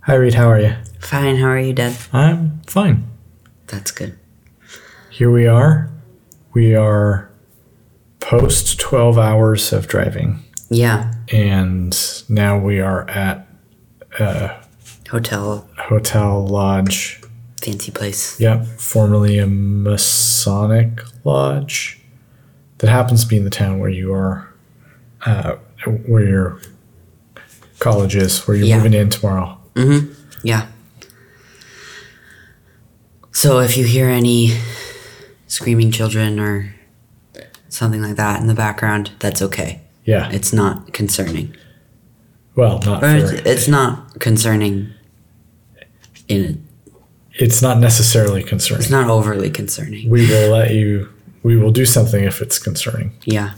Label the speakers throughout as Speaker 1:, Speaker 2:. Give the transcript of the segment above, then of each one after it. Speaker 1: Hi, Reed. How are you?
Speaker 2: Fine. How are you, Dad?
Speaker 1: I'm fine.
Speaker 2: That's good.
Speaker 1: Here we are. We are post 12 hours of driving,
Speaker 2: Yeah.
Speaker 1: and now we are at
Speaker 2: Hotel,
Speaker 1: Hotel Lodge.
Speaker 2: fancy place.
Speaker 1: Yep, formerly a Masonic lodge that happens to be in the town where you are, uh, where your college is, where you're
Speaker 2: Yeah.
Speaker 1: moving in tomorrow.
Speaker 2: Yeah. So if you hear any screaming children or something like that in the background, that's okay.
Speaker 1: Yeah.
Speaker 2: It's not concerning.
Speaker 1: well, not
Speaker 2: Or it's,
Speaker 1: for,
Speaker 2: it's not concerning in
Speaker 1: it's not necessarily
Speaker 2: it's
Speaker 1: concerning.
Speaker 2: not overly concerning.
Speaker 1: we will let you. We will do something if it's concerning.
Speaker 2: Yeah.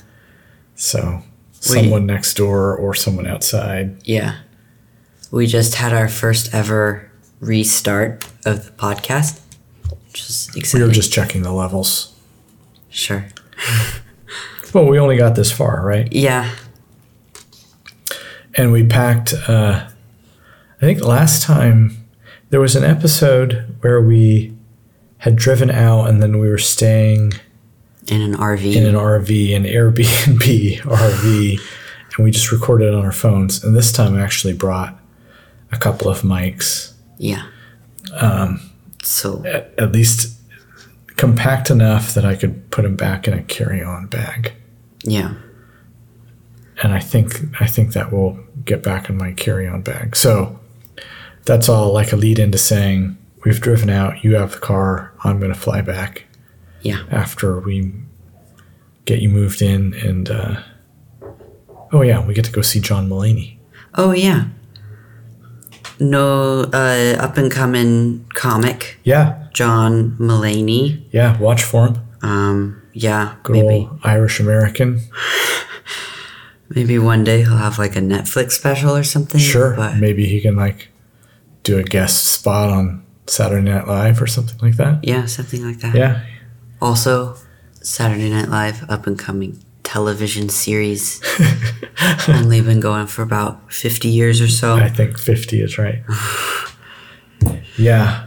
Speaker 1: So someone next door or someone outside.
Speaker 2: Yeah. We just had our first ever restart of the podcast. Just
Speaker 1: We
Speaker 2: exciting.
Speaker 1: were just checking the levels.
Speaker 2: sure.
Speaker 1: Well, we only got this far, right?
Speaker 2: Yeah.
Speaker 1: And we packed. Uh, I think last time there was an episode where we had driven out and then we were staying
Speaker 2: In an RV.
Speaker 1: in an RV, an Airbnb RV, and we just recorded on our phones. And this time I actually brought a couple of mics.
Speaker 2: Yeah. Um, so
Speaker 1: at, at least compact enough that I could put him back in a carry-on bag.
Speaker 2: yeah,
Speaker 1: And I think I think that will get back in my carry-on bag. So that's all like a lead into saying we've driven out, you have the car, I'm going to fly back
Speaker 2: yeah,
Speaker 1: after we get you moved in and uh Oh yeah, we get to go see John Mulaney.
Speaker 2: oh yeah. No, uh, up and coming comic
Speaker 1: Yeah,
Speaker 2: John Mulaney.
Speaker 1: yeah, watch for him.
Speaker 2: Um, yeah,
Speaker 1: Good
Speaker 2: maybe
Speaker 1: old Irish American.
Speaker 2: maybe one day he'll have like a Netflix special or something.
Speaker 1: Sure.
Speaker 2: but
Speaker 1: Maybe he can like do a guest spot on Saturday Night Live or something like that.
Speaker 2: yeah, something like that.
Speaker 1: Yeah.
Speaker 2: Also, Saturday Night Live up and coming television series. Only been going for about fifty years or so.
Speaker 1: I think 50 is right. yeah.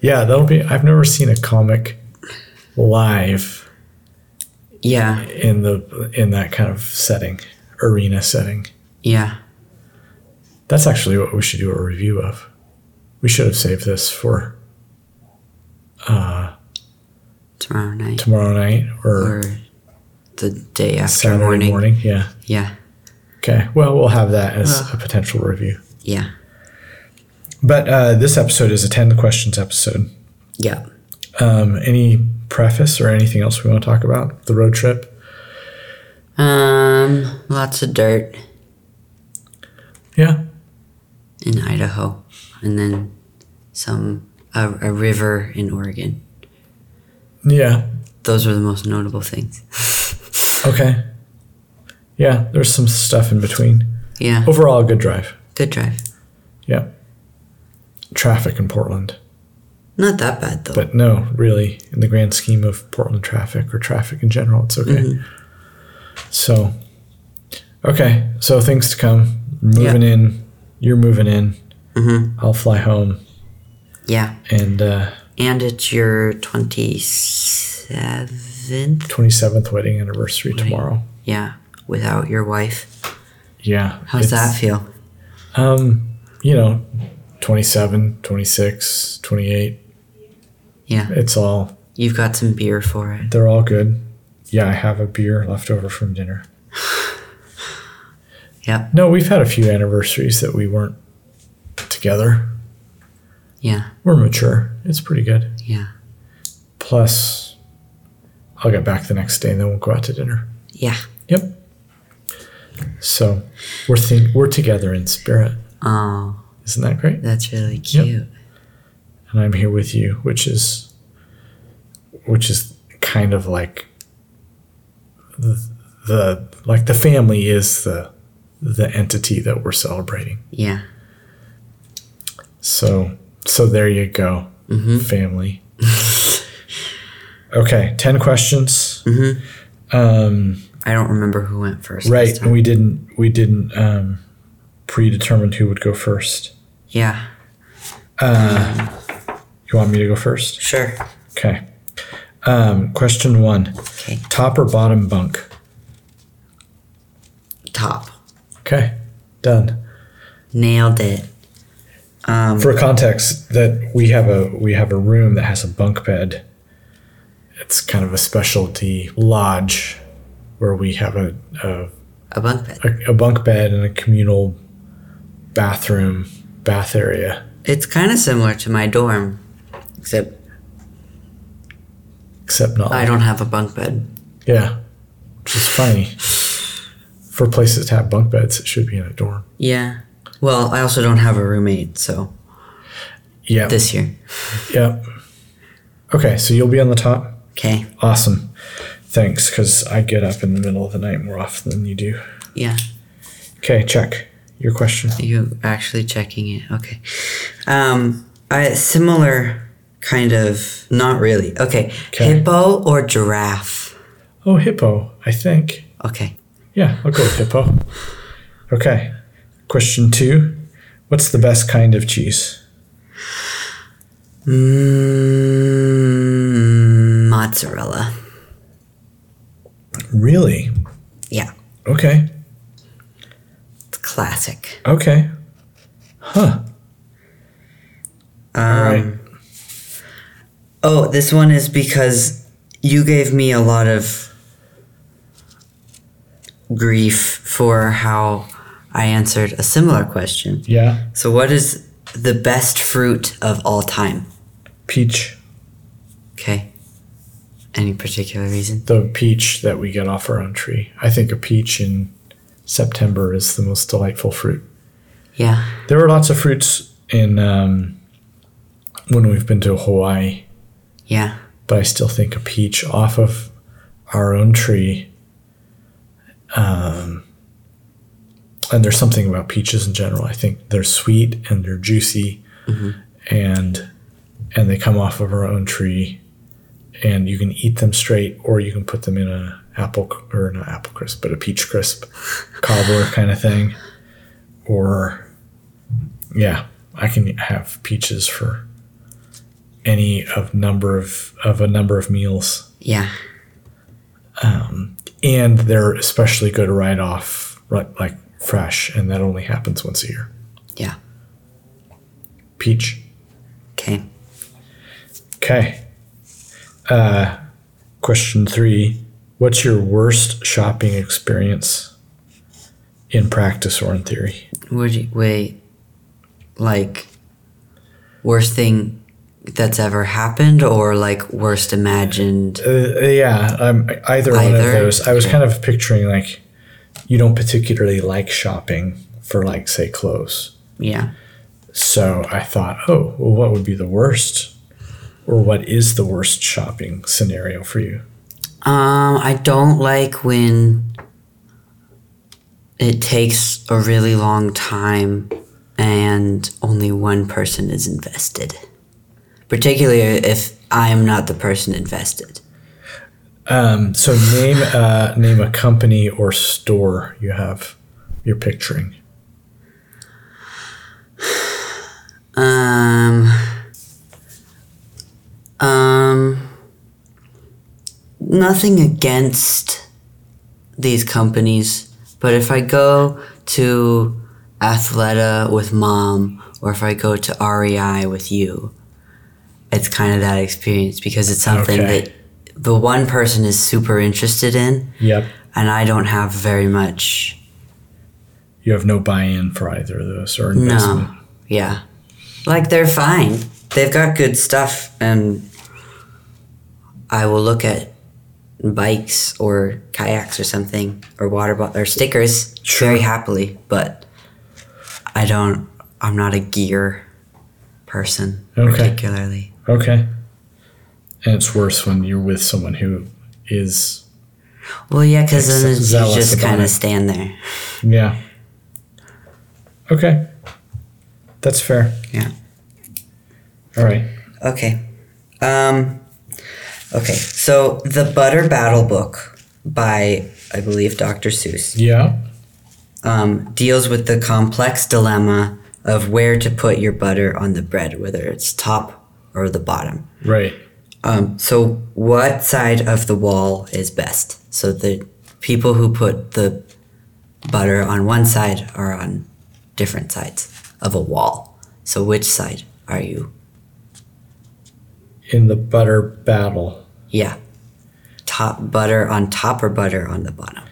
Speaker 1: Yeah, that'll be I've never seen a comic live
Speaker 2: yeah,
Speaker 1: in the in that kind of setting, arena setting.
Speaker 2: yeah,
Speaker 1: That's actually what we should do a review of. We should have saved this for
Speaker 2: tomorrow night
Speaker 1: tomorrow night or,
Speaker 2: or the day after
Speaker 1: Saturday morning.
Speaker 2: morning.
Speaker 1: Yeah.
Speaker 2: Yeah.
Speaker 1: Okay. Well, we'll have that as
Speaker 2: Well.
Speaker 1: a potential review.
Speaker 2: Yeah.
Speaker 1: But uh, this episode is a 10 questions episode.
Speaker 2: Yeah.
Speaker 1: Um, any preface or anything else we want to talk about? The road trip?
Speaker 2: Um, lots of dirt
Speaker 1: Yeah.
Speaker 2: in Idaho, and then some a, a river in Oregon.
Speaker 1: Yeah.
Speaker 2: Those are the most notable things.
Speaker 1: Okay. Yeah, there's some stuff in between.
Speaker 2: Yeah.
Speaker 1: Overall, a good drive.
Speaker 2: Good drive.
Speaker 1: Yeah. Traffic in Portland.
Speaker 2: Not that bad though.
Speaker 1: But no, really, in the grand scheme of Portland traffic or traffic in general, it's okay.
Speaker 2: Mm-hmm.
Speaker 1: So, okay. So, things to come. Moving in. You're moving in.
Speaker 2: Mhm.
Speaker 1: I'll fly home.
Speaker 2: yeah.
Speaker 1: And uh,
Speaker 2: And it's your twenty seventh.
Speaker 1: 27th wedding anniversary tomorrow.
Speaker 2: Yeah. Without your wife,
Speaker 1: Yeah.
Speaker 2: how's that
Speaker 1: it's-
Speaker 2: feel?
Speaker 1: Um, you know, 27, 26, 28.
Speaker 2: Yeah.
Speaker 1: It's all,
Speaker 2: You've got some beer for it.
Speaker 1: they're all good. Yeah, I have a beer left over from dinner.
Speaker 2: Yep.
Speaker 1: No, we've had a few anniversaries that we weren't together.
Speaker 2: Yeah.
Speaker 1: We're mature. It's pretty good.
Speaker 2: Yeah.
Speaker 1: Plus, I'll get back the next day and then we'll go out to dinner.
Speaker 2: Yeah.
Speaker 1: Yep. So we're think we're together in spirit.
Speaker 2: Oh,
Speaker 1: Isn't that great?
Speaker 2: that's really cute.
Speaker 1: and I'm here with you, which is which is kind of like the, the like the family is the the entity that we're celebrating.
Speaker 2: Yeah.
Speaker 1: So so there you go,
Speaker 2: Mm-hmm.
Speaker 1: family. okay, ten questions. Um,
Speaker 2: I don't remember who went Mm-hmm. first.
Speaker 1: Right,
Speaker 2: this time.
Speaker 1: and we didn't we didn't um, predetermine who would go first.
Speaker 2: Yeah.
Speaker 1: Uh, you want me to go first?
Speaker 2: Sure.
Speaker 1: Okay. Um, question one
Speaker 2: Okay.
Speaker 1: top or bottom bunk?
Speaker 2: Top.
Speaker 1: Okay. Done.
Speaker 2: Nailed it. Um,
Speaker 1: For context, that we have a we have a room that has a bunk bed. It's kind of a specialty lodge where we have a, a
Speaker 2: a bunk bed.
Speaker 1: a, a bunk bed and a communal bathroom bath area
Speaker 2: It's kind of similar to my dorm, except
Speaker 1: except not
Speaker 2: I don't have a bunk bed.
Speaker 1: yeah which is funny for places to have bunk beds it should be in a dorm
Speaker 2: Yeah. Well, I also don't have a roommate, so
Speaker 1: yeah
Speaker 2: this year.
Speaker 1: yeah okay so you'll be on the top
Speaker 2: Okay.
Speaker 1: awesome thanks because i get up in the middle of the night more often than you do
Speaker 2: Yeah.
Speaker 1: okay check your question
Speaker 2: You actually checking it? Okay. Um, I similar kind of not really. Okay.
Speaker 1: 'Kay.
Speaker 2: Hippo or giraffe?
Speaker 1: oh hippo i think
Speaker 2: Okay.
Speaker 1: yeah i'll go with hippo okay question two what's the best kind of cheese
Speaker 2: Mm, mozzarella.
Speaker 1: really
Speaker 2: Yeah.
Speaker 1: okay
Speaker 2: It's classic.
Speaker 1: Okay. Huh.
Speaker 2: Um,
Speaker 1: right.
Speaker 2: Oh, this one is because you gave me a lot of grief for how I answered a similar question.
Speaker 1: Yeah.
Speaker 2: So, what is the best fruit of all time?
Speaker 1: Peach.
Speaker 2: Okay. Any particular reason?
Speaker 1: The peach that we get off our own tree. I think a peach in September is the most delightful fruit.
Speaker 2: Yeah.
Speaker 1: There were lots of fruits in um, when we've been to Hawaii,
Speaker 2: Yeah.
Speaker 1: but I still think a peach off of our own tree. Um, and there's something about peaches in general. I think they're sweet and they're juicy, and and they come off of our own tree, and you can eat them straight, or you can put them in a apple c- or not apple crisp, but a peach crisp, cobbler kind of thing, or yeah, I can have peaches for any of number of of a number of meals
Speaker 2: Yeah.
Speaker 1: and they're especially good right off right, like fresh and that only happens once a year
Speaker 2: Yeah.
Speaker 1: peach
Speaker 2: Okay.
Speaker 1: okay uh question three what's your worst shopping experience in practice or in theory
Speaker 2: Would you wait? Like, worst thing that's ever happened, or like worst imagined?
Speaker 1: uh, yeah um, either, one of
Speaker 2: Either.
Speaker 1: those i was kind of picturing like you don't particularly like shopping for like say clothes
Speaker 2: Yeah.
Speaker 1: So I thought, oh, well, what would be the worst? Or what is the worst shopping scenario for you?
Speaker 2: Um, I don't like when it takes a really long time and only one person is invested. Particularly if I am not the person invested.
Speaker 1: Um, so name uh, name a company or store you have you're picturing.
Speaker 2: Um, um, nothing against these companies, but if I go to Athleta with mom, or if I go to REI with you, it's kind of that experience because it's something
Speaker 1: Okay.
Speaker 2: that the one person is super interested in,
Speaker 1: Yep.
Speaker 2: and I don't have very much.
Speaker 1: You have no buy-in for either of those or investment.
Speaker 2: No. Yeah. Like they're fine. They've got good stuff and I will look at bikes or kayaks or something or water bottle or stickers very happily, but I don't I'm not a gear person
Speaker 1: Okay.
Speaker 2: particularly.
Speaker 1: Okay. And it's worse when you're with someone who is
Speaker 2: Well, yeah, cuz then
Speaker 1: Ex-
Speaker 2: you
Speaker 1: zealous
Speaker 2: just
Speaker 1: about
Speaker 2: kind
Speaker 1: it.
Speaker 2: of stand there.
Speaker 1: yeah. Okay. That's fair.
Speaker 2: Yeah.
Speaker 1: All right.
Speaker 2: Okay. Um, okay. So the Butter Battle Book by I believe Dr. Seuss
Speaker 1: Yeah.
Speaker 2: um, deals with the complex dilemma of where to put your butter on the bread, whether it's top or the bottom.
Speaker 1: Right.
Speaker 2: Um, so, what side of the wall is best? So, the people who put the butter on one side are on different sides of a wall. So, which side are you?
Speaker 1: In the butter battle.
Speaker 2: Yeah. Top butter on top or butter on the bottom?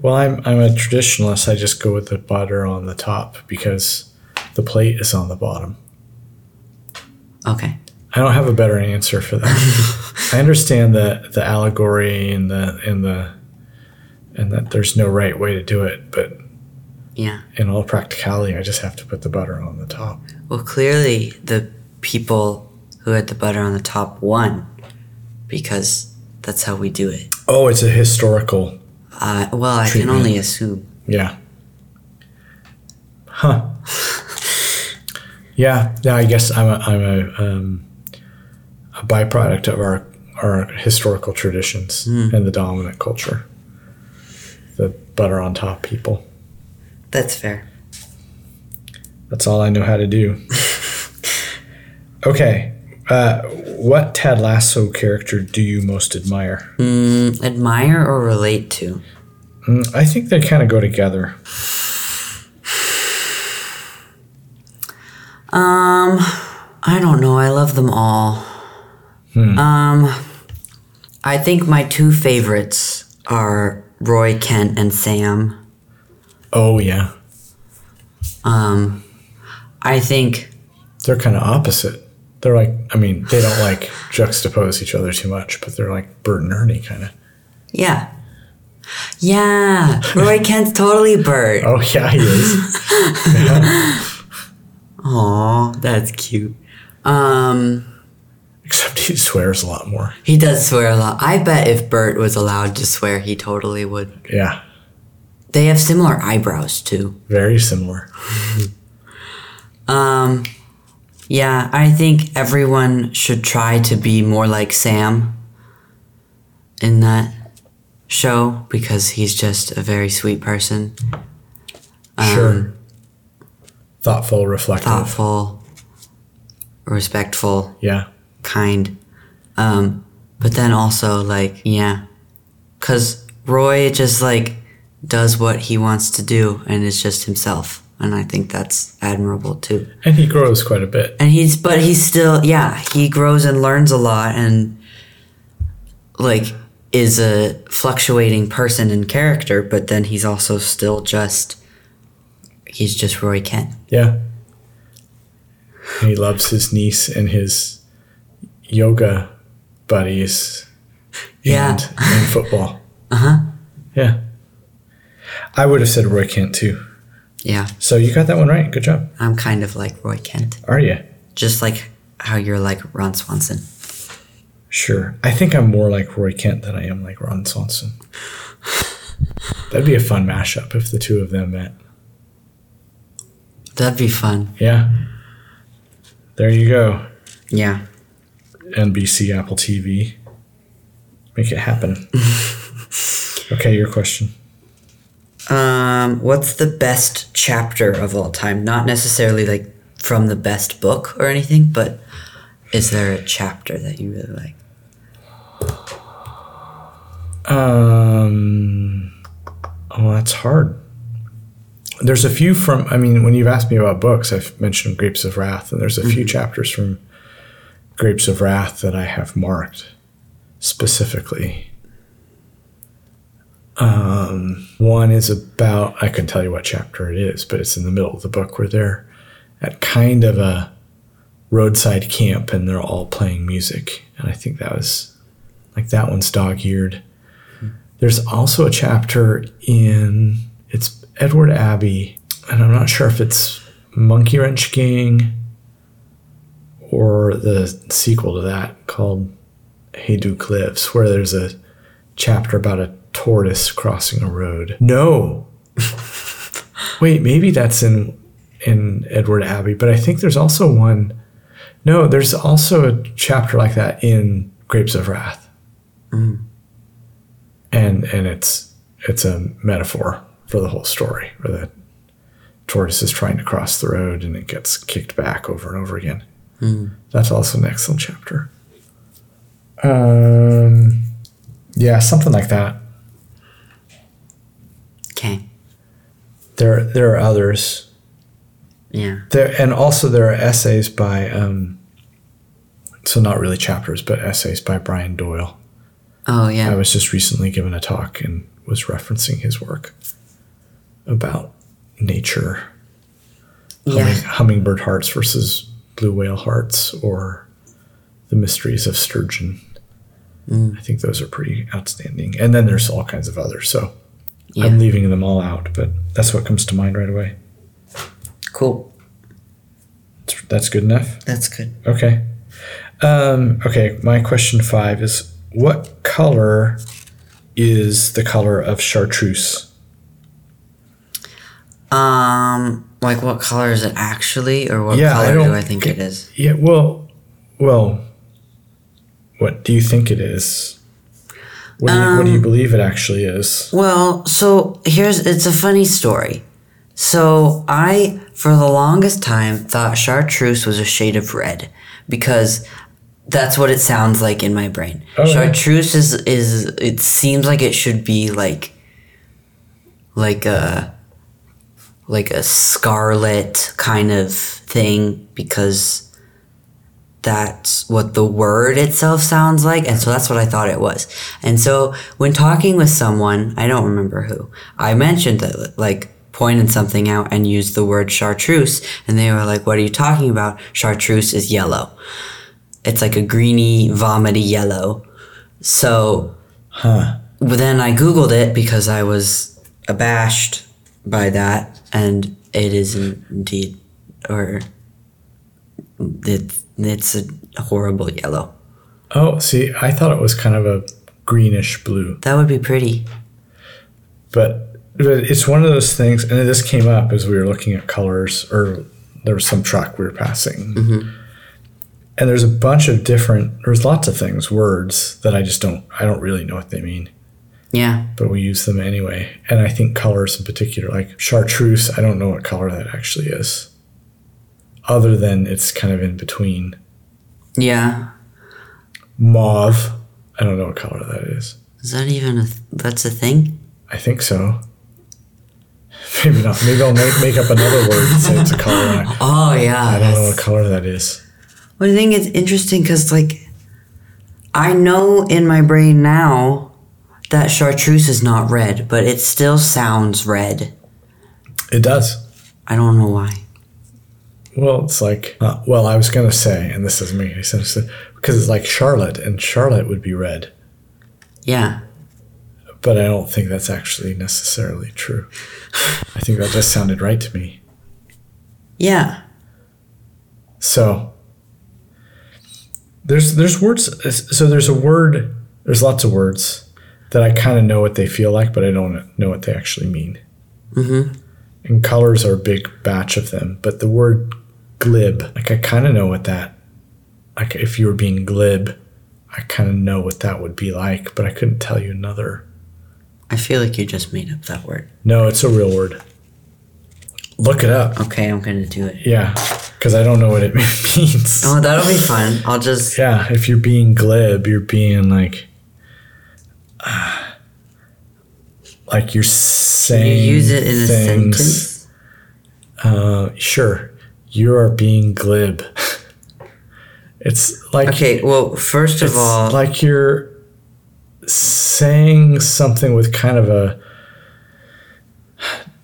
Speaker 1: Well, I'm I'm a traditionalist. I just go with the butter on the top because the plate is on the bottom.
Speaker 2: Okay.
Speaker 1: I don't have a better answer for that. I understand the the allegory and the and the and that there's no right way to do it, but
Speaker 2: Yeah.
Speaker 1: in all practicality, I just have to put the butter on the top.
Speaker 2: Well, clearly the people who had the butter on the top won because that's how we do it.
Speaker 1: Oh, it's a historical.
Speaker 2: Uh, well, I
Speaker 1: Treatment.
Speaker 2: can only assume.
Speaker 1: Yeah. Huh. Yeah. Yeah. I guess I'm a I'm a um, a byproduct of our our historical traditions and the dominant culture. The butter on top people.
Speaker 2: That's fair.
Speaker 1: That's all I know how to do. okay. Uh, what Tad Lasso character do you most admire?
Speaker 2: Mm, admire or relate to?
Speaker 1: Mm, I think they kind of go together.
Speaker 2: Um, I don't know. I love them all. Um, I think my two favorites are Roy Kent and Sam.
Speaker 1: Oh yeah,
Speaker 2: Um, I think
Speaker 1: they're kind of opposite. They're like, I mean, they don't like juxtapose each other too much, but they're like Bert and Ernie kind of.
Speaker 2: Yeah. Yeah. Roy Kent's totally Bert.
Speaker 1: Oh yeah, he is.
Speaker 2: Aw, that's cute. Um,
Speaker 1: Except he swears a lot more.
Speaker 2: he does swear a lot. I bet if Bert was allowed to swear, he totally would.
Speaker 1: Yeah,
Speaker 2: They have similar eyebrows too.
Speaker 1: very similar.
Speaker 2: Um, yeah, I think everyone should try to be more like Sam in that show because he's just a very sweet person.
Speaker 1: sure. Thoughtful, reflective.
Speaker 2: thoughtful, respectful,
Speaker 1: Yeah.
Speaker 2: kind. Um, but then also like, yeah, cause Roy just like does what he wants to do and is just himself. And I think that's admirable too.
Speaker 1: And he grows quite a bit.
Speaker 2: And he's, but he's still, yeah, he grows and learns a lot and like is a fluctuating person in character, but then he's also still just, he's just Roy Kent.
Speaker 1: Yeah. And he loves his niece and his yoga buddies.
Speaker 2: Yeah.
Speaker 1: And, and football. Uh huh. Yeah. I would have said Roy Kent too.
Speaker 2: Yeah.
Speaker 1: So you got that one right. Good job.
Speaker 2: I'm kind of like Roy Kent.
Speaker 1: Are you?
Speaker 2: just like how you're like Ron Swanson.
Speaker 1: Sure. I think I'm more like Roy Kent than I am like Ron Swanson. That'd be a fun mashup if the two of them met.
Speaker 2: That'd be fun.
Speaker 1: Yeah. There you go.
Speaker 2: Yeah.
Speaker 1: NBC Apple TV. Make it happen. okay, your question.
Speaker 2: Um, what's the best chapter of all time? Not necessarily like from the best book or anything, but is there a chapter that you really like?
Speaker 1: Um, oh, that's hard. There's a few from, I mean, when you've asked me about books, I've mentioned Grapes of Wrath, and there's a few chapters from Grapes of Wrath that I have marked specifically. Um, one is about, I can tell you what chapter it is, but it's in the middle of the book where they're at kind of a roadside camp and they're all playing music. And I think that was like that one's dog eared. There's also a chapter in it's Edward Abbey, and I'm not sure if it's Monkey Wrench Gang or the sequel to that called Hey Duke Lives, where there's a chapter about a tortoise crossing a road. No. Wait, maybe that's in in Edward Abbey, but I think there's also one No, there's also a chapter like that in Grapes of Wrath and and it's it's a metaphor for the whole story or the tortoise is trying to cross the road and it gets kicked back over and over again. That's also an excellent chapter. Um, yeah, something like that.
Speaker 2: Okay.
Speaker 1: There, there are others.
Speaker 2: Yeah.
Speaker 1: There, and also there are essays by, um, so not really chapters, but essays by Brian Doyle.
Speaker 2: Oh
Speaker 1: I
Speaker 2: yeah.
Speaker 1: was just recently given a talk and was referencing his work about nature,
Speaker 2: Yeah.
Speaker 1: humming, hummingbird hearts versus blue whale hearts, or the mysteries of sturgeon.
Speaker 2: Mm.
Speaker 1: I think those are pretty outstanding. And then there's all kinds of others. So I'm
Speaker 2: Yeah.
Speaker 1: leaving them all out, but that's what comes to mind right away.
Speaker 2: Cool.
Speaker 1: That's- That's good enough.
Speaker 2: That's good.
Speaker 1: Okay. Um, okay, my question five is what color is the color of chartreuse?
Speaker 2: Um, like what color is it actually, or what
Speaker 1: Yeah, I
Speaker 2: color
Speaker 1: don't
Speaker 2: do I think it is?
Speaker 1: Yeah, well, well, what do you think it is? What do you, what do you believe it actually is?
Speaker 2: Well, so here's it's a funny story. So I, for the longest time, thought chartreuse was a shade of red because that's what it sounds like in my brain.
Speaker 1: Oh, yeah.
Speaker 2: chartreuse is is it seems like it should be like like a like a scarlet kind of thing because that's what the word itself sounds like and so that's what i thought it was and so when talking with someone i don't remember who i mentioned that like pointed something out and used the word chartreuse and they were like what are you talking about chartreuse is yellow it's like a greeny vomity yellow so
Speaker 1: Huh.
Speaker 2: but then I googled it because I was abashed by that, and it is indeed, or it, it's a horrible yellow.
Speaker 1: Oh, see, I thought it was kind of a greenish blue,
Speaker 2: That would be pretty.
Speaker 1: but but it's one of those things, and this came up as we were looking at colors, or there was some truck we were passing. And there's a bunch of different, there's lots of things, words that I just don't, I don't really know what they mean.
Speaker 2: Yeah,
Speaker 1: but we use them anyway. And I think colors in particular, like chartreuse, I don't know what color that actually is, other than it's kind of in between.
Speaker 2: yeah.
Speaker 1: Mauve, I don't know what color that is.
Speaker 2: Is that even a? Th- that's a thing.
Speaker 1: I think so. Maybe not. Maybe I'll make, make up another word and say it's a color. and I,
Speaker 2: Oh yeah.
Speaker 1: I don't know what
Speaker 2: That's,
Speaker 1: color that is.
Speaker 2: well, I think it's interesting because like, I know in my brain now that chartreuse is not red, but it still sounds red.
Speaker 1: It does.
Speaker 2: I don't know why.
Speaker 1: Well, it's like, uh, well, I was going to say, and this doesn't make any sense, because it's like Charlotte, and Charlotte would be red,
Speaker 2: Yeah.
Speaker 1: but I don't think that's actually necessarily true. I think that just sounded right to me.
Speaker 2: Yeah.
Speaker 1: So there's there's words. So there's a word. There's lots of words that I kind of know what they feel like, but I don't know what they actually mean.
Speaker 2: Mhm.
Speaker 1: And colors are a big batch of them. But the word glib, like I kind of know what that. Like if you were being glib, I kind of know what that would be like, but I couldn't tell you another.
Speaker 2: I feel like you just made up that word.
Speaker 1: No, it's a real word. Look it up.
Speaker 2: Okay, I'm gonna do it.
Speaker 1: Yeah, because I don't know what it means.
Speaker 2: Oh, that'll be fun. I'll just
Speaker 1: Yeah, if you're being glib, you're being like, uh, like you're
Speaker 2: you
Speaker 1: saying
Speaker 2: use it in a
Speaker 1: things.
Speaker 2: sentence.
Speaker 1: Uh, sure, you are being glib. it's like
Speaker 2: Okay. Well, first of
Speaker 1: it's
Speaker 2: all,
Speaker 1: like you're saying something with kind of a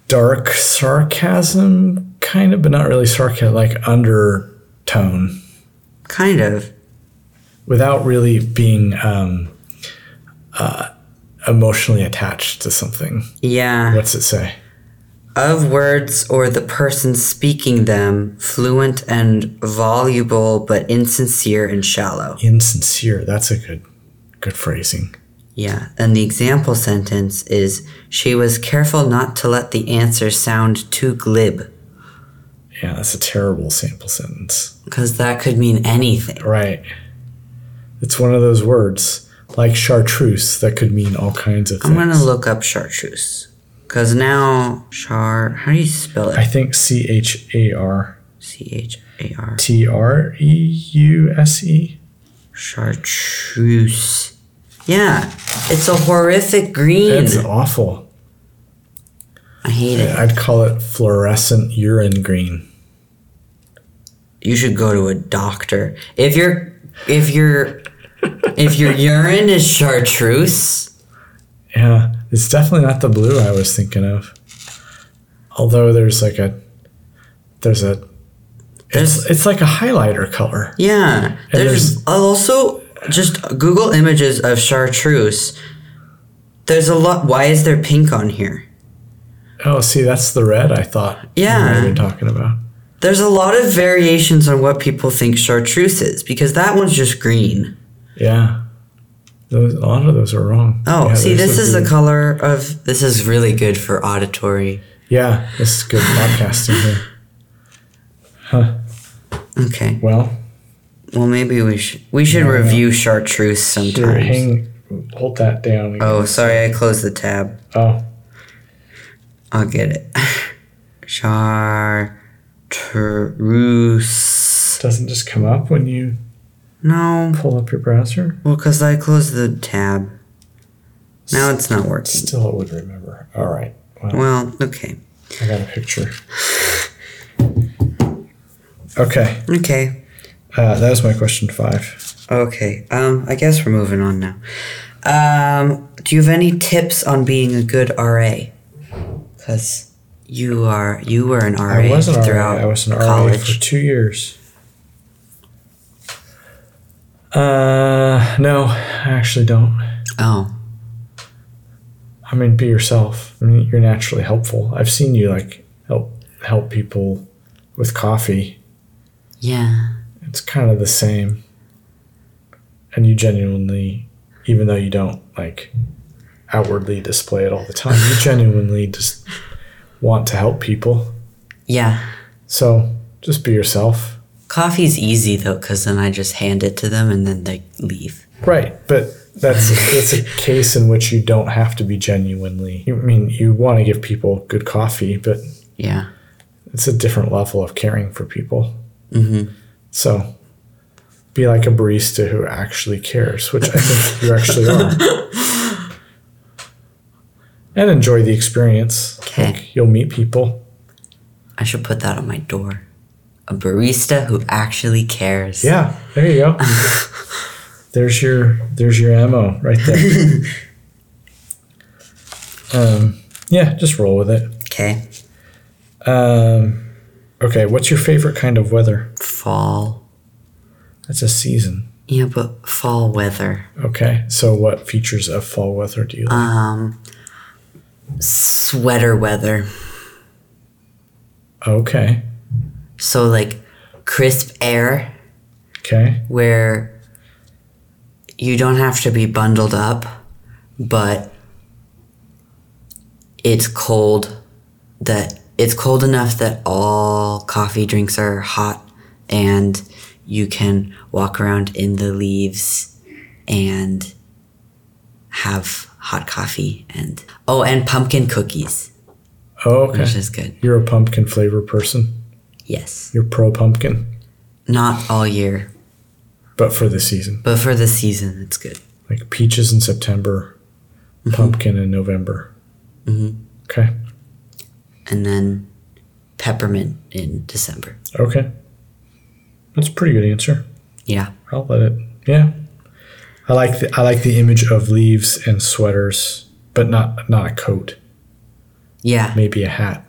Speaker 1: dark sarcasm, kind of, but not really sarcasm, like undertone.
Speaker 2: kind of.
Speaker 1: without really being um, uh, emotionally attached to something.
Speaker 2: Yeah.
Speaker 1: What's it say?
Speaker 2: Of words or the person speaking them, fluent and voluble, but insincere and shallow.
Speaker 1: Insincere. That's a good, good phrasing.
Speaker 2: Yeah. And the example sentence is: She was careful not to let the answer sound too glib,
Speaker 1: Yeah, that's a terrible sample sentence.
Speaker 2: because that could mean anything.
Speaker 1: Right. It's one of those words like chartreuse that could mean all kinds of
Speaker 2: I'm
Speaker 1: things.
Speaker 2: gonna look up chartreuse. Cause now char. How do you spell
Speaker 1: I
Speaker 2: it?
Speaker 1: think C H A R
Speaker 2: C H A R.
Speaker 1: T R E U S E.
Speaker 2: Chartreuse. Yeah, it's a horrific green.
Speaker 1: It's awful.
Speaker 2: I hate it.
Speaker 1: I'd call it fluorescent urine green.
Speaker 2: You should go to a doctor. If your if your if your urine is chartreuse,
Speaker 1: Yeah, it's definitely not the blue I was thinking of. Although there's like a there's a
Speaker 2: there's
Speaker 1: it's, it's like a highlighter color.
Speaker 2: yeah. There's, also just Google images of chartreuse. There's a lot. Why is there pink on here?
Speaker 1: Oh, see, that's the red I thought.
Speaker 2: Yeah.
Speaker 1: we were talking about.
Speaker 2: There's a lot of variations on what people think chartreuse is because that one's just green.
Speaker 1: Yeah, those, a lot of those are wrong.
Speaker 2: Oh,
Speaker 1: Yeah,
Speaker 2: see,
Speaker 1: there's
Speaker 2: this
Speaker 1: a
Speaker 2: is the
Speaker 1: blue-
Speaker 2: color of. This is really good for auditory.
Speaker 1: yeah. This is good podcasting here.
Speaker 2: Okay.
Speaker 1: Well,
Speaker 2: Well, maybe we should we should review chartreuse sometimes.
Speaker 1: here, hang, hold that down. again.
Speaker 2: Oh, sorry, I closed the tab.
Speaker 1: oh,
Speaker 2: I'll get it. Chartreuse.
Speaker 1: doesn't just come up when you
Speaker 2: No.
Speaker 1: pull up your browser.
Speaker 2: Well, because I closed the tab. Now it's not working.
Speaker 1: Still, it would remember. All right. Well,
Speaker 2: Well, okay.
Speaker 1: I got a picture. Okay,
Speaker 2: Okay.
Speaker 1: uh, that was my question five.
Speaker 2: Okay. Um, I guess we're moving on now. Um, do you have any tips on being a good RA? Because you are you were an RA
Speaker 1: I was an RA.
Speaker 2: throughout
Speaker 1: I was an RA
Speaker 2: college.
Speaker 1: for two years. Uh, no, I actually don't.
Speaker 2: Oh,
Speaker 1: I mean, be yourself. I mean, you're naturally helpful. I've seen you like help help people with coffee.
Speaker 2: yeah.
Speaker 1: It's kind of the same. And you genuinely, even though you don't like outwardly display it all the time, you genuinely just want to help people.
Speaker 2: Yeah.
Speaker 1: So just be yourself.
Speaker 2: Coffee's easy though, because then I just hand it to them and then they leave.
Speaker 1: Right, but that's that's a case in which you don't have to be genuinely. I mean, you want to give people good coffee, but
Speaker 2: Yeah.
Speaker 1: it's a different level of caring for people. Mm-hmm. So, be like a barista who actually cares, which I think you actually are, and enjoy the experience.
Speaker 2: Okay.
Speaker 1: Like, you'll meet people.
Speaker 2: I should put that on my door. A barista who actually cares.
Speaker 1: Yeah, there you go. there's your there's your ammo right there. um, yeah, just roll with it.
Speaker 2: Okay.
Speaker 1: Um, okay, what's your favorite kind of weather?
Speaker 2: Fall.
Speaker 1: That's a season.
Speaker 2: Yeah, but fall weather.
Speaker 1: Okay, so what features of fall weather do you like?
Speaker 2: Um, sweater weather.
Speaker 1: okay,
Speaker 2: So like crisp air
Speaker 1: okay,
Speaker 2: where you don't have to be bundled up, but it's cold that it's cold enough that all coffee drinks are hot and you can walk around in the leaves and have hot coffee and oh and pumpkin cookies
Speaker 1: oh, okay.
Speaker 2: which is good
Speaker 1: You're a pumpkin flavor person.
Speaker 2: yes
Speaker 1: You're pro pumpkin,
Speaker 2: not all year
Speaker 1: but for the season,
Speaker 2: but for the season it's good
Speaker 1: like peaches in September,
Speaker 2: Mm-hmm.
Speaker 1: pumpkin in November. Okay,
Speaker 2: and then peppermint in december
Speaker 1: okay, that's a pretty good answer.
Speaker 2: yeah
Speaker 1: I'll let it. Yeah, I like the I like the image of leaves and sweaters, but not not a coat.
Speaker 2: Yeah.
Speaker 1: Maybe a hat.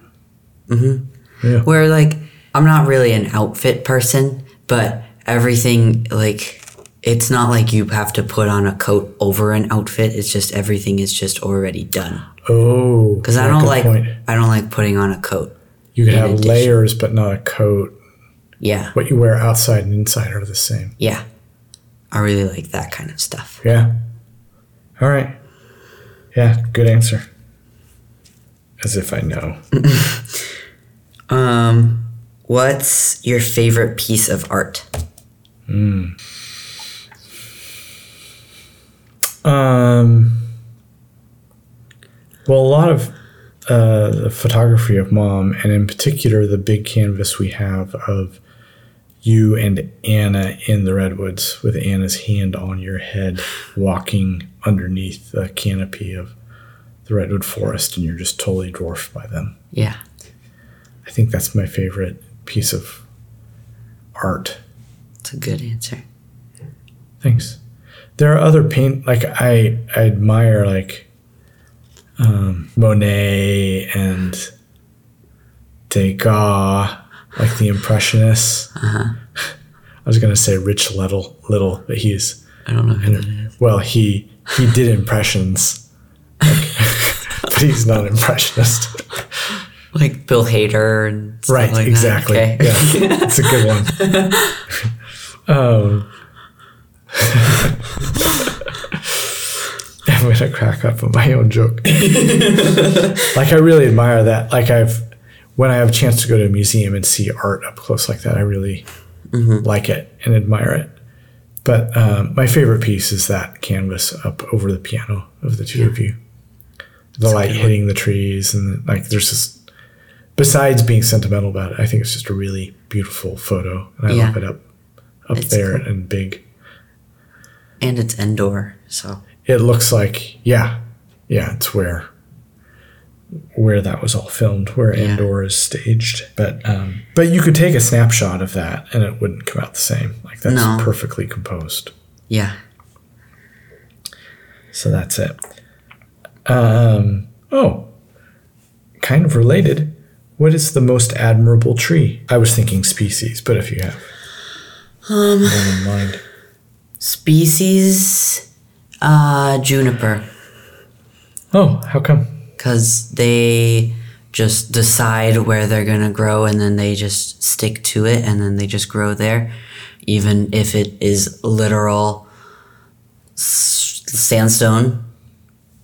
Speaker 2: Where like I'm not really an outfit person, but everything like it's not like you have to put on a coat over an outfit. It's just everything is just already done.
Speaker 1: Oh,
Speaker 2: Cuz I
Speaker 1: yeah,
Speaker 2: don't
Speaker 1: good
Speaker 2: like
Speaker 1: point.
Speaker 2: I don't like putting on a coat.
Speaker 1: You could
Speaker 2: in
Speaker 1: have
Speaker 2: addition.
Speaker 1: layers, but not a coat.
Speaker 2: Yeah.
Speaker 1: What you wear outside and inside are the same.
Speaker 2: Yeah. I really like that kind of stuff.
Speaker 1: Yeah. All right. Yeah, good answer. As if I know.
Speaker 2: Um what's your favorite piece of art?
Speaker 1: Um, well, a lot of uh, the photography of mom, and in particular, the big canvas we have of you and Anna in the redwoods with Anna's hand on your head, walking underneath the canopy of the redwood forest, and you're just totally dwarfed by them.
Speaker 2: Yeah.
Speaker 1: I think that's my favorite piece of art.
Speaker 2: It's a good answer.
Speaker 1: Thanks. There are other paint like I I admire like um, Monet and Degas, like the Impressionists. I was gonna say Rich Little, Little, but he's
Speaker 2: I don't know who that is.
Speaker 1: well, he he did impressions, like, but he's not impressionist.
Speaker 2: Like Bill Hader and stuff
Speaker 1: Right,
Speaker 2: like that.
Speaker 1: exactly.
Speaker 2: Okay.
Speaker 1: Yeah, it's a good one. um, I'm gonna crack up at my own joke. like I really admire that. Like I've, when I have a chance to go to a museum and see art up close like that, I really
Speaker 2: Mm-hmm.
Speaker 1: like it and admire it. But um, my favorite piece is that canvas up over the piano of the two of you. The light hitting the trees and like there's just besides being sentimental about it, I think it's just a really beautiful photo, and I
Speaker 2: Yeah.
Speaker 1: love it up up
Speaker 2: It's
Speaker 1: there and big.
Speaker 2: And it's Endor, so
Speaker 1: It looks like yeah, yeah, it's where where that was all filmed, where
Speaker 2: Yeah.
Speaker 1: Andor is staged. But um, but you could take a snapshot of that, and it wouldn't come out the same. Like that's
Speaker 2: No.
Speaker 1: perfectly composed.
Speaker 2: yeah.
Speaker 1: So that's it. Um, oh, kind of related. What is the most admirable tree? I was thinking species, but if you have
Speaker 2: Um.
Speaker 1: one in mind,
Speaker 2: Species uh juniper.
Speaker 1: oh, how come?
Speaker 2: because they just decide where they're going to grow and then they just stick to it and then they just grow there even if it is literal s- sandstone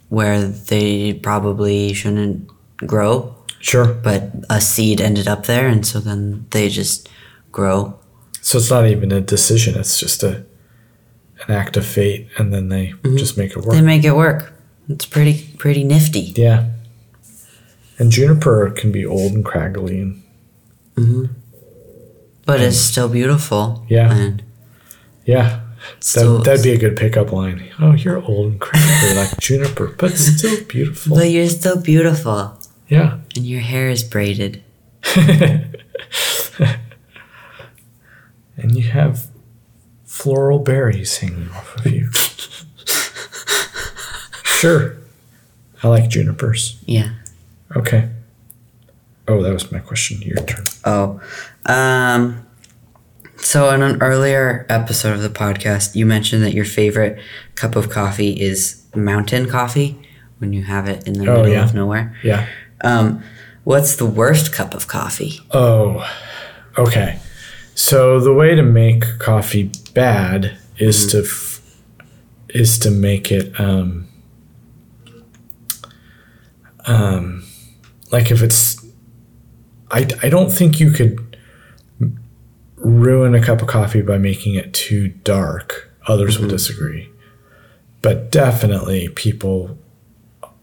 Speaker 2: where they probably shouldn't grow
Speaker 1: Sure.
Speaker 2: but a seed ended up there and so then they just grow
Speaker 1: So it's not even a decision; it's just a an act of fate, and then they just make it work.
Speaker 2: Mm-hmm. they make it work it's pretty pretty nifty
Speaker 1: Yeah. And juniper can be old and craggly, and
Speaker 2: but it's still beautiful
Speaker 1: Yeah.
Speaker 2: and
Speaker 1: yeah,
Speaker 2: still,
Speaker 1: that, that'd be a good pickup line. Oh, you're old and craggly like juniper, but still beautiful.
Speaker 2: but you're still beautiful
Speaker 1: yeah.
Speaker 2: and your hair is braided
Speaker 1: and you have floral berries hanging off of you. sure. I like junipers.
Speaker 2: Yeah.
Speaker 1: Okay. Oh, that was my question. Your turn.
Speaker 2: Oh. Um so in an earlier episode of the podcast, you mentioned that your favorite cup of coffee is mountain coffee when you have it in the
Speaker 1: Oh,
Speaker 2: middle
Speaker 1: yeah.
Speaker 2: of nowhere.
Speaker 1: Yeah.
Speaker 2: Um what's the worst cup of coffee?
Speaker 1: Oh, okay. So the way to make coffee bad is to f- is to make it um, um, like if it's I I don't think you could ruin a cup of coffee by making it too dark. Others
Speaker 2: Mm-hmm.
Speaker 1: will disagree, but definitely people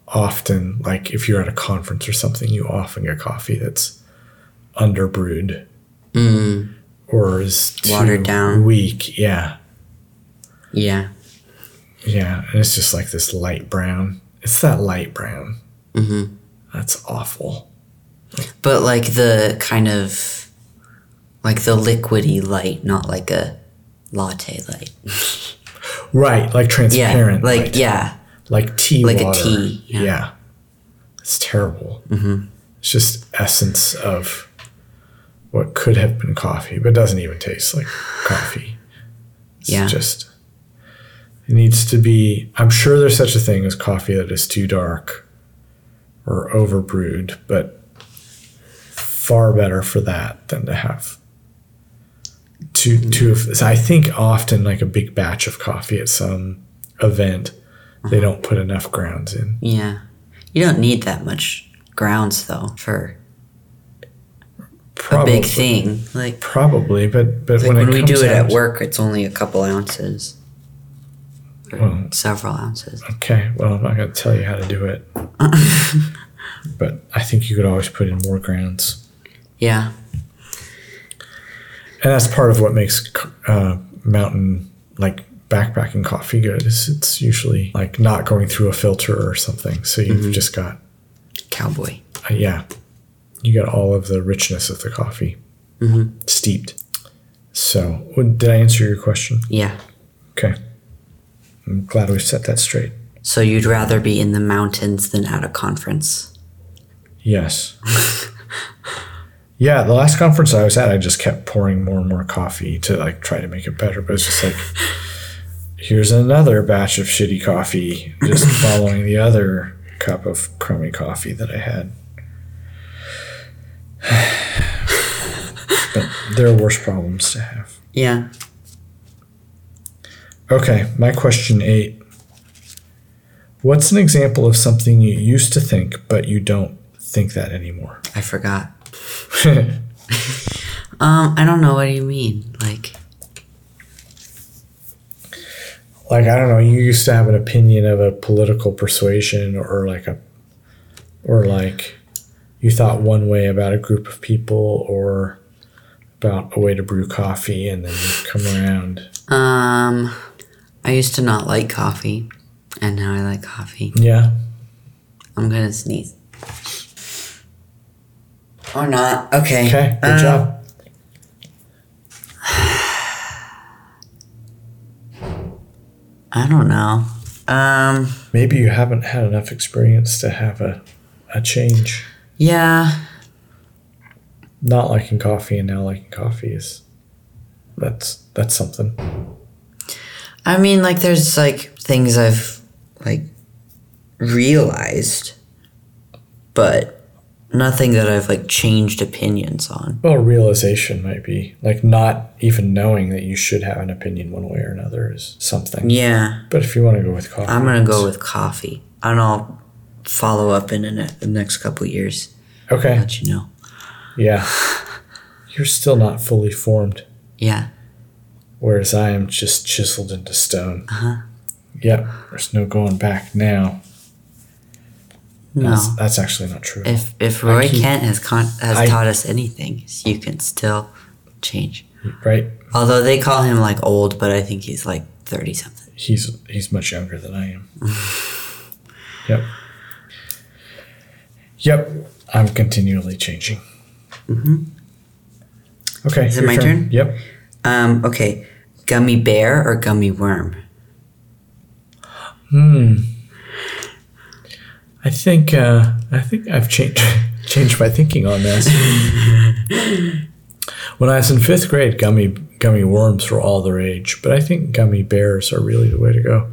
Speaker 1: often like if you're at a conference or something, you often get coffee that's underbrewed
Speaker 2: Mm,
Speaker 1: or is too
Speaker 2: Watered down.
Speaker 1: weak. Yeah,
Speaker 2: yeah.
Speaker 1: yeah, and it's just like this light brown. It's that light brown.
Speaker 2: Mhm.
Speaker 1: That's awful.
Speaker 2: But like the kind of like the liquidy light, not like a latte light.
Speaker 1: Right, like
Speaker 2: Yeah.
Speaker 1: transparent.
Speaker 2: like
Speaker 1: light.
Speaker 2: yeah.
Speaker 1: like tea.
Speaker 2: like a
Speaker 1: water.
Speaker 2: tea, yeah.
Speaker 1: Yeah. it's terrible. Mm-hmm. It's just essence of what could have been coffee, but doesn't even taste like coffee. It's
Speaker 2: Yeah.
Speaker 1: just it needs to be. I'm sure there's such a thing as coffee that is too dark or overbrewed, but far better for that than to have. To, to I think often like a big batch of coffee at some event, they don't put enough grounds in.
Speaker 2: Yeah. You don't need that much grounds though for
Speaker 1: Probably,
Speaker 2: a big thing. Like
Speaker 1: Probably, but but
Speaker 2: Like
Speaker 1: when,
Speaker 2: when,
Speaker 1: it
Speaker 2: we
Speaker 1: comes
Speaker 2: do it
Speaker 1: out,
Speaker 2: at work, it's only a couple ounces,
Speaker 1: Well,
Speaker 2: several ounces.
Speaker 1: okay. Well, I'm not going to tell you how to do it. But I think you could always put in more grounds,
Speaker 2: Yeah.
Speaker 1: and that's part of what makes uh, mountain like backpacking coffee good. Is it's usually like not going through a filter or something, so you've just got
Speaker 2: Cowboy.
Speaker 1: uh, yeah, you got all of the richness of the coffee steeped. So, would- did I answer your question?
Speaker 2: Yeah.
Speaker 1: Okay, I'm glad we set that straight.
Speaker 2: So you'd rather be in the mountains than at a conference.
Speaker 1: Yes. yeah, the last conference I was at, I just kept pouring more and more coffee to like try to make it better, but it's just like here's another batch of shitty coffee just following the other cup of crummy coffee that I had. but there are worse problems to have.
Speaker 2: Yeah.
Speaker 1: Okay, my question 8. What's an example of something you used to think but you don't think that anymore?
Speaker 2: I forgot. Um, I don't know what you mean. Like,
Speaker 1: like I don't know, you used to have an opinion of a political persuasion or like a or like you thought one way about a group of people or about a way to brew coffee and then you come around.
Speaker 2: um, I used to not like coffee, and now I like coffee.
Speaker 1: Yeah.
Speaker 2: I'm gonna sneeze. Or not. Okay.
Speaker 1: Okay. Good
Speaker 2: Uh,
Speaker 1: job.
Speaker 2: I don't know. Um,
Speaker 1: Maybe you haven't had enough experience to have a, a change.
Speaker 2: yeah.
Speaker 1: Not liking coffee and now liking coffee is that's that's something.
Speaker 2: I mean, like, there's like things I've like realized, but nothing that I've like changed opinions on.
Speaker 1: Well, realization might be like not even knowing that you should have an opinion one way or another is something.
Speaker 2: Yeah,
Speaker 1: But if you want to go with coffee,
Speaker 2: I'm gonna go
Speaker 1: it's-
Speaker 2: with coffee, and I'll follow up in the, ne- the next couple years.
Speaker 1: Okay.
Speaker 2: Let you know.
Speaker 1: Yeah. You're still not fully formed,
Speaker 2: Yeah,
Speaker 1: whereas I am just chiseled into stone. Uh-huh. Yep. There's no going back now.
Speaker 2: no.
Speaker 1: That's, that's actually not true.
Speaker 2: if if Roy
Speaker 1: keep-
Speaker 2: Kent has con- has
Speaker 1: I-
Speaker 2: taught us anything, is you can still change.
Speaker 1: right?
Speaker 2: Although they call him like old, but I think he's like thirty something.
Speaker 1: He's he's much younger than I am. yep. Yep. I'm continually changing. Mm-hmm. Okay.
Speaker 2: Is it
Speaker 1: your
Speaker 2: my turn?
Speaker 1: Yep.
Speaker 2: Um. Okay. Gummy bear or gummy worm?
Speaker 1: Hmm. I think uh, I think I've changed changed my thinking on this. when I was in fifth grade, gummy gummy worms were all the rage, but I think gummy bears are really the way to go.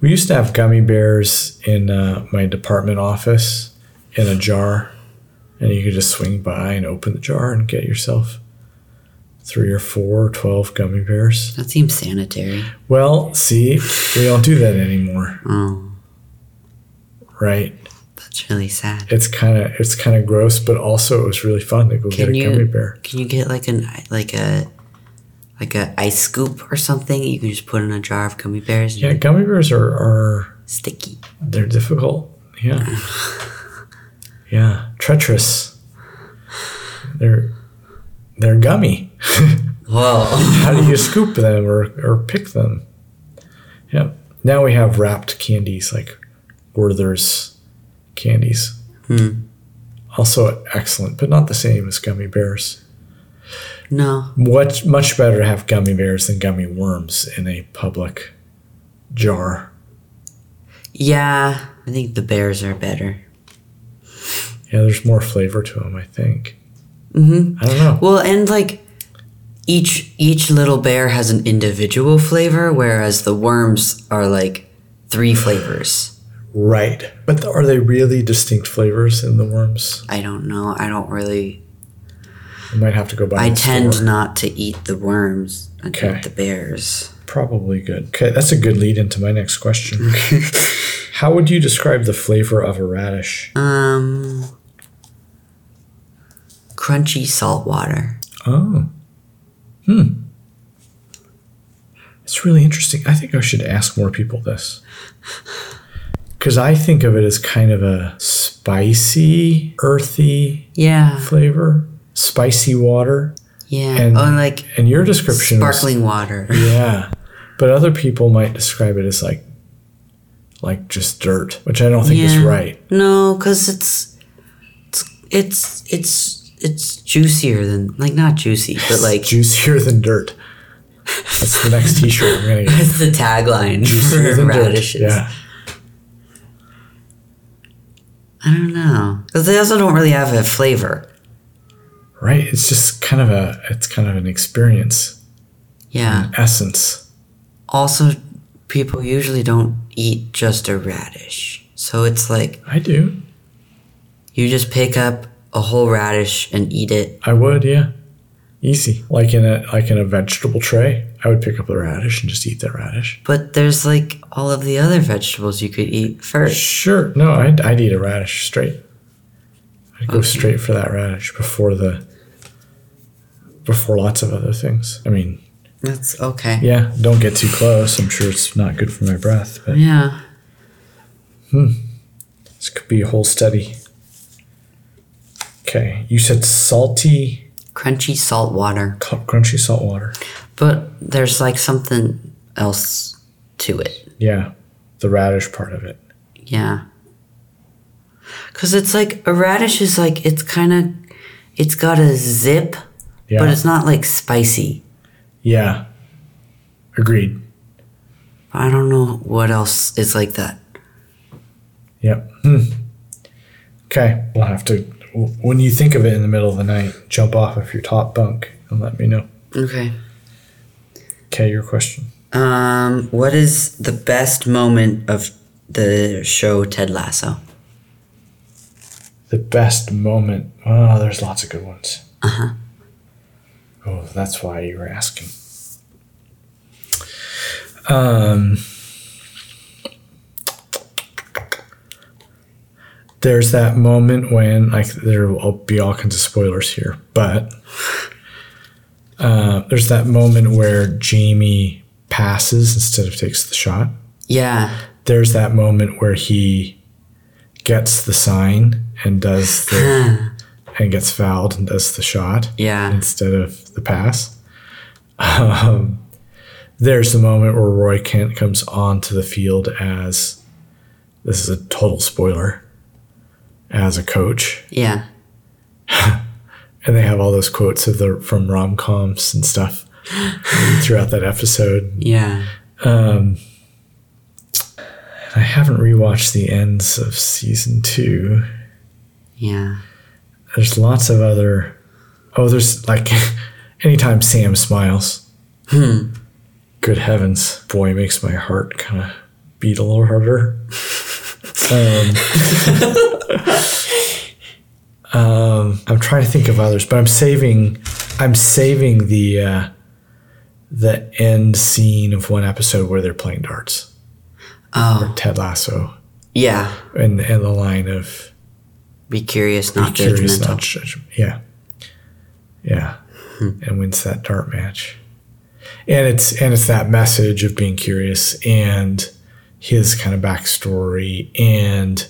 Speaker 1: We used to have gummy bears in uh, my department office in a jar, and you could just swing by and open the jar and get yourself three or four or twelve gummy bears.
Speaker 2: That seems sanitary.
Speaker 1: Well, see, we don't do that anymore,
Speaker 2: Oh,
Speaker 1: right?
Speaker 2: that's really sad.
Speaker 1: it's kind of it's kind of gross, but also it was really fun to go get
Speaker 2: Can
Speaker 1: a
Speaker 2: you-
Speaker 1: gummy bear.
Speaker 2: Can you get like an like a like a ice scoop or something? You can just put in a jar of gummy bears. And
Speaker 1: Yeah, gummy bears are are
Speaker 2: Sticky.
Speaker 1: they're difficult. Yeah, yeah, treacherous. They're they're gummy.
Speaker 2: Whoa.
Speaker 1: How do you scoop them or or pick them? Yeah. Now we have wrapped candies like Werther's candies.
Speaker 2: Hmm.
Speaker 1: Also excellent, but not the same as gummy bears.
Speaker 2: no.
Speaker 1: What much better to have gummy bears than gummy worms in a public jar.
Speaker 2: Yeah, I think the bears are better.
Speaker 1: Yeah, there's more flavor to them, I think.
Speaker 2: Mm-hmm.
Speaker 1: I don't know.
Speaker 2: Well, and like each each little bear has an individual flavor, whereas the worms are like three flavors.
Speaker 1: Right. But th- are they really distinct flavors in the worms?
Speaker 2: I don't know. I don't really.
Speaker 1: I might have to go buy
Speaker 2: I
Speaker 1: them
Speaker 2: tend
Speaker 1: store.
Speaker 2: not to eat the worms. I
Speaker 1: Okay.
Speaker 2: eat the bears.
Speaker 1: Probably good. Okay, that's a good lead into my next question. How would you describe the flavor of a radish?
Speaker 2: Um, crunchy salt water.
Speaker 1: Oh. Hmm. It's really interesting. I think I should ask more people this. Because I think of it as kind of a s- spicy, earthy
Speaker 2: Yeah.
Speaker 1: flavor, spicy water.
Speaker 2: Yeah.
Speaker 1: And-
Speaker 2: oh, like
Speaker 1: And your description was-
Speaker 2: sparkling water.
Speaker 1: yeah. But other people might describe it as like like just dirt, which I don't think is
Speaker 2: Yeah.
Speaker 1: right.
Speaker 2: No, because it's, it's it's it's it's juicier than like not juicy, but like
Speaker 1: Juicier than dirt. That's the next t-shirt I'm going to get.
Speaker 2: that's the tagline
Speaker 1: Juicier
Speaker 2: for
Speaker 1: than dirt.
Speaker 2: radishes.
Speaker 1: Yeah.
Speaker 2: I don't know because they also don't really have a flavor.
Speaker 1: Right? It's just kind of a it's kind of an experience, Mm.
Speaker 2: Yeah.
Speaker 1: essence.
Speaker 2: Also, people usually don't eat just a radish, so it's like
Speaker 1: I do.
Speaker 2: you just pick up a whole radish and eat it.
Speaker 1: I would, yeah. Easy. Like in a like in a vegetable tray, I would pick up the radish and just eat that radish.
Speaker 2: But there's like all of the other vegetables you could eat first.
Speaker 1: Sure. No, I'd, I'd eat a radish straight. I'd go straight for that radish before the before lots of other things. I mean,
Speaker 2: That's okay.
Speaker 1: yeah, don't get too close. I'm sure it's not good for my breath, but
Speaker 2: yeah.
Speaker 1: this could be a whole study. Okay, you said salty,
Speaker 2: Crunchy salt water.
Speaker 1: cu- crunchy salt water.
Speaker 2: But there's like something else to it.
Speaker 1: Yeah, the radish part of it.
Speaker 2: Yeah. Cause it's like a radish is like it's kind of, it's got a zip,
Speaker 1: Yeah,
Speaker 2: but it's not like spicy.
Speaker 1: yeah, agreed.
Speaker 2: I don't know what else is like that.
Speaker 1: Yep. Hmm. Okay, we'll have to. w- When you think of it in the middle of the night, jump off of your top bunk and let me know.
Speaker 2: Okay.
Speaker 1: Okay, your question.
Speaker 2: Um, what is the best moment of the show Ted Lasso?
Speaker 1: The best moment. Oh, there's lots of good ones. Uh huh. Oh, that's why you were asking. Um, there's that moment when, like, there will be all kinds of spoilers here, but uh, there's that moment where Jamie passes instead of takes the shot.
Speaker 2: Yeah.
Speaker 1: there's that moment where he gets the sign and does the and gets fouled and does the shot
Speaker 2: Yeah.
Speaker 1: instead of the pass. Um, there's the moment where Roy Kent comes onto the field as this is a total spoiler as a coach,
Speaker 2: Yeah.
Speaker 1: and they have all those quotes of the from rom coms and stuff throughout that episode.
Speaker 2: Yeah.
Speaker 1: I haven't rewatched the ends of season two.
Speaker 2: Yeah.
Speaker 1: there's lots of other oh there's like anytime sam smiles good heavens boy it makes my heart kind of beat a little harder um, um, i'm trying to think of others but i'm saving i'm saving the uh, the end scene of one episode where they're playing darts
Speaker 2: Oh.
Speaker 1: ted lasso
Speaker 2: Yeah.
Speaker 1: and, and the line of
Speaker 2: Be curious, not
Speaker 1: curious
Speaker 2: judgmental.
Speaker 1: not judge- Yeah. Yeah. And wins that dart match. And it's and it's that message of being curious and his kind of backstory and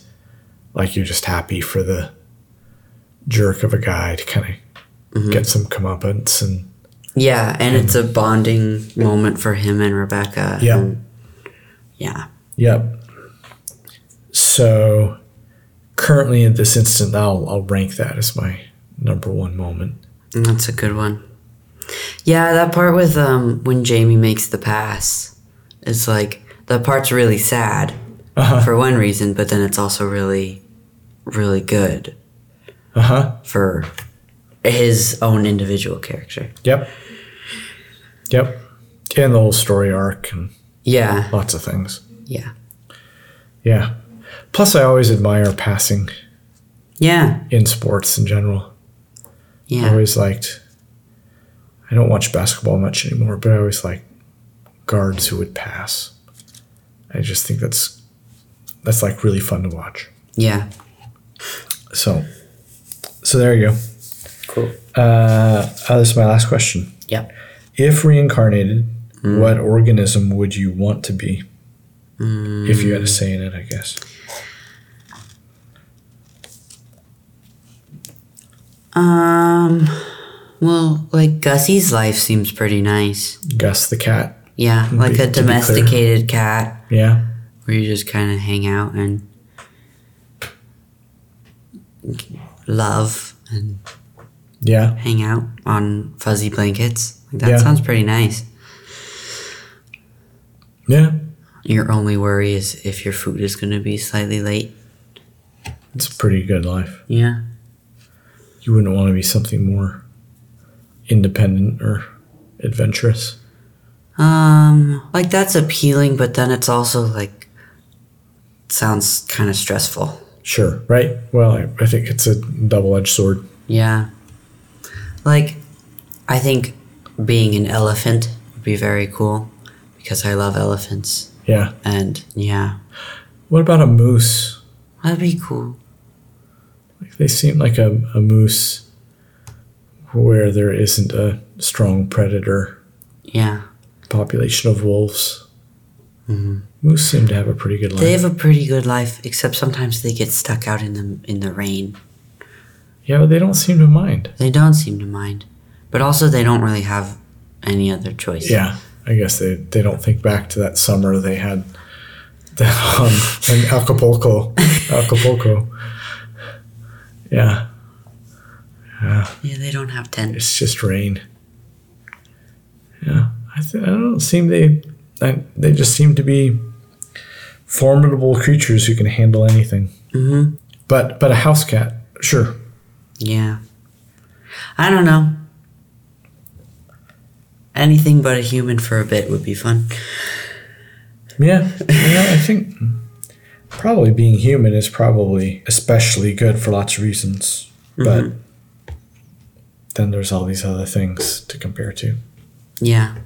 Speaker 1: like you're just happy for the jerk of a guy to kind of get some comeuppance and
Speaker 2: Yeah, and it's a bonding moment for him and Rebecca.
Speaker 1: Yeah.
Speaker 2: and- yeah.
Speaker 1: Yep. So currently at this instant I'll I'll rank that as my number one moment.
Speaker 2: and That's a good one. Yeah, that part with um when Jamie makes the pass is like that part's really sad
Speaker 1: Uh-huh.
Speaker 2: for one reason, but then it's also really really good
Speaker 1: Uh-huh.
Speaker 2: for his own individual character.
Speaker 1: Yep. Yep. And the whole story arc and
Speaker 2: Yeah.
Speaker 1: lots of things.
Speaker 2: Yeah.
Speaker 1: Yeah. Plus, I always admire passing
Speaker 2: Yeah.
Speaker 1: in sports in general. I
Speaker 2: Yeah.
Speaker 1: always liked, I don't watch basketball much anymore, but I always like guards who would pass. I just think that's, that's like really fun to watch.
Speaker 2: Yeah.
Speaker 1: So, so there you go.
Speaker 2: Cool.
Speaker 1: Uh, uh, this is my last question.
Speaker 2: Yep.
Speaker 1: If reincarnated, what organism would you want to be? If you had a say in it, I guess.
Speaker 2: Um, well, like Gussie's life seems pretty nice.
Speaker 1: Gus the cat.
Speaker 2: Yeah, like
Speaker 1: To
Speaker 2: a
Speaker 1: be clear.
Speaker 2: domesticated cat
Speaker 1: Yeah.
Speaker 2: where you just kind of hang out and love and
Speaker 1: Yeah.
Speaker 2: hang out on fuzzy blankets. Like that
Speaker 1: Yeah.
Speaker 2: sounds pretty nice.
Speaker 1: Yeah.
Speaker 2: Your only worry is if your food is going to be slightly late.
Speaker 1: It's a pretty good life.
Speaker 2: Yeah.
Speaker 1: You wouldn't want to be something more independent or adventurous.
Speaker 2: Um, like that's appealing, but then it's also like sounds kind of stressful.
Speaker 1: Sure. Right. Well, I, I think it's a double edged sword.
Speaker 2: Yeah. Like, I think being an elephant would be very cool because I love elephants.
Speaker 1: Yeah.
Speaker 2: And yeah,
Speaker 1: What about a moose?
Speaker 2: that'd be cool.
Speaker 1: Like they seem like a, a moose where there isn't a strong predator
Speaker 2: Yeah.
Speaker 1: population of wolves. Moose seem to have a pretty good life.
Speaker 2: Mm-hmm. They have a pretty good life, except sometimes they get stuck out in the in the rain.
Speaker 1: yeah, but they don't seem to mind.
Speaker 2: They don't seem to mind, but also they don't really have any other choice.
Speaker 1: Yeah, I guess they, they don't think back to that summer they had the- um, in Acapulco. Acapulco. Yeah,
Speaker 2: Yeah, they don't have tents.
Speaker 1: it's just rain. Yeah, I, th- I don't seem they I, they just seem to be formidable creatures who can handle anything.
Speaker 2: Mm-hmm.
Speaker 1: But but a house cat, sure.
Speaker 2: Yeah. I don't know. Anything but a human for a bit would be fun.
Speaker 1: Yeah, yeah. I think probably being human is probably especially good for lots of reasons, but then there's all these other things to compare to.
Speaker 2: Yeah.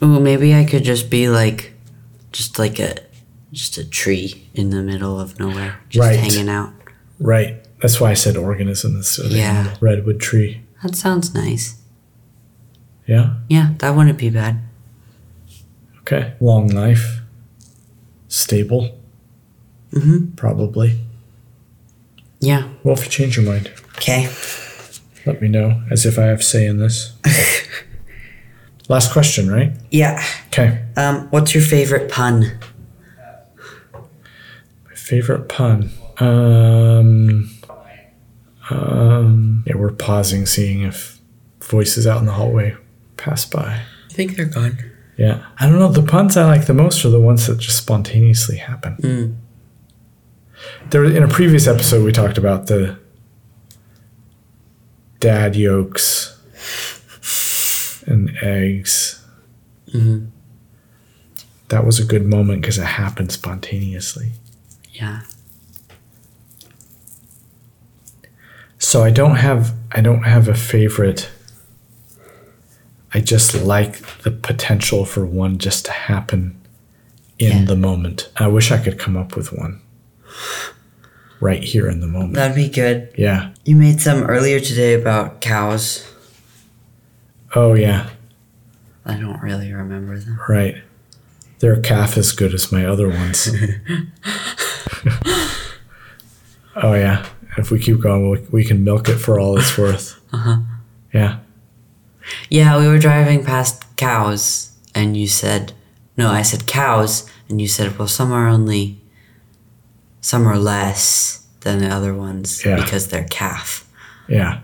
Speaker 2: Ooh, maybe I could just be like, just like a, just a tree in the middle of nowhere, just
Speaker 1: Right.
Speaker 2: hanging out.
Speaker 1: Right. That's why I said organism instead of
Speaker 2: Yeah.
Speaker 1: animal. redwood tree.
Speaker 2: That sounds nice.
Speaker 1: Yeah.
Speaker 2: Yeah, that wouldn't be bad.
Speaker 1: Okay. Long life. Stable.
Speaker 2: Mhm.
Speaker 1: Probably.
Speaker 2: Yeah.
Speaker 1: Well, if you change your mind,
Speaker 2: Okay.
Speaker 1: let me know. As if I have say in this. Last question, right?
Speaker 2: Yeah.
Speaker 1: Okay.
Speaker 2: Um, what's your favorite pun?
Speaker 1: Favorite pun. Um, um, yeah, we're pausing, seeing if voices out in the hallway pass by.
Speaker 2: I think they're gone.
Speaker 1: Yeah, I don't know. The puns I like the most are the ones that just spontaneously happen.
Speaker 2: Mm.
Speaker 1: There, in a previous episode, we talked about the dad yolks and eggs.
Speaker 2: Mhm.
Speaker 1: That was a good moment because it happened spontaneously.
Speaker 2: Yeah.
Speaker 1: So I don't have I don't have a favorite. I just like the potential for one just to happen in
Speaker 2: Yeah.
Speaker 1: the moment. I wish I could come up with one right here in the moment.
Speaker 2: That'd be good.
Speaker 1: yeah.
Speaker 2: You made some earlier today about cows.
Speaker 1: Oh yeah.
Speaker 2: I don't really remember them.
Speaker 1: Right. They're calf as good as my other ones. oh yeah. If we keep going, we, we can milk it for all it's worth. Yeah.
Speaker 2: Yeah, we were driving past cows, and you said, no, I said cows, and you said, well, some are only, some are less than the other ones
Speaker 1: Yeah.
Speaker 2: because they're calf.
Speaker 1: Yeah.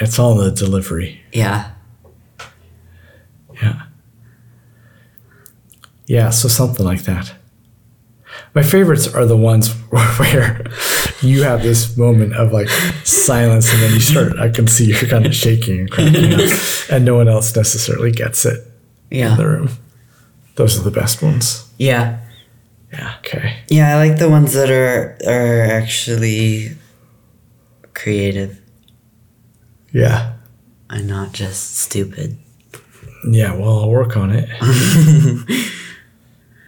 Speaker 1: It's all the delivery.
Speaker 2: Yeah.
Speaker 1: Yeah. Yeah, so something like that. My favorites are the ones where you have this moment of like silence and then you start, I can see you're kind of shaking and cracking up, and no one else necessarily gets it in the
Speaker 2: Yeah.
Speaker 1: room. Those are the best ones.
Speaker 2: Yeah.
Speaker 1: Yeah. Okay.
Speaker 2: Yeah, I like the ones that are are actually creative
Speaker 1: Yeah.
Speaker 2: and not just stupid.
Speaker 1: Yeah, well, I'll work on it.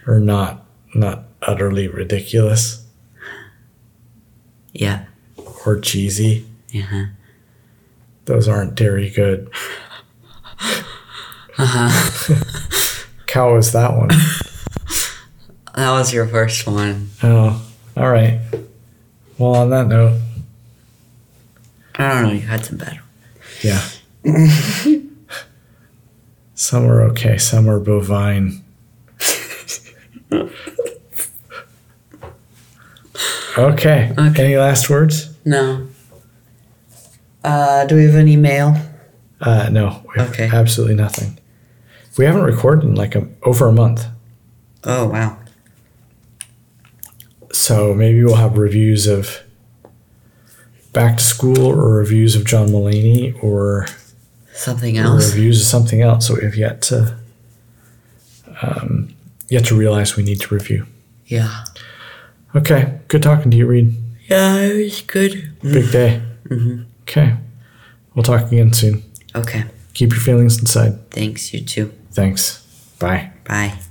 Speaker 1: or not, not utterly ridiculous
Speaker 2: Yeah. uh-huh.
Speaker 1: or cheesy.
Speaker 2: Yeah.
Speaker 1: Those aren't dairy good. Uh-huh.
Speaker 2: Uh-huh.
Speaker 1: Cow is that one.
Speaker 2: That was your first one.
Speaker 1: Oh, all right. Well, on that note,
Speaker 2: I don't know. You had some better.
Speaker 1: Yeah. some are okay. Some are bovine. okay.
Speaker 2: Okay.
Speaker 1: Any last words?
Speaker 2: No. Uh, do we have any mail?
Speaker 1: Uh, no. We have
Speaker 2: Okay.
Speaker 1: Absolutely nothing. We haven't recorded in like a, over a month.
Speaker 2: Oh wow.
Speaker 1: So maybe we'll have reviews of Back to School or reviews of John Mullaney or
Speaker 2: Something
Speaker 1: or
Speaker 2: else.
Speaker 1: reviews of something else that we've yet to um, yet to realize we need to review.
Speaker 2: Yeah.
Speaker 1: Okay, good talking to you, Reed.
Speaker 2: Yeah, it was good.
Speaker 1: Big day. Okay, we'll talk again soon.
Speaker 2: Okay.
Speaker 1: Keep your feelings inside.
Speaker 2: Thanks. You too.
Speaker 1: Thanks. Bye.
Speaker 2: Bye.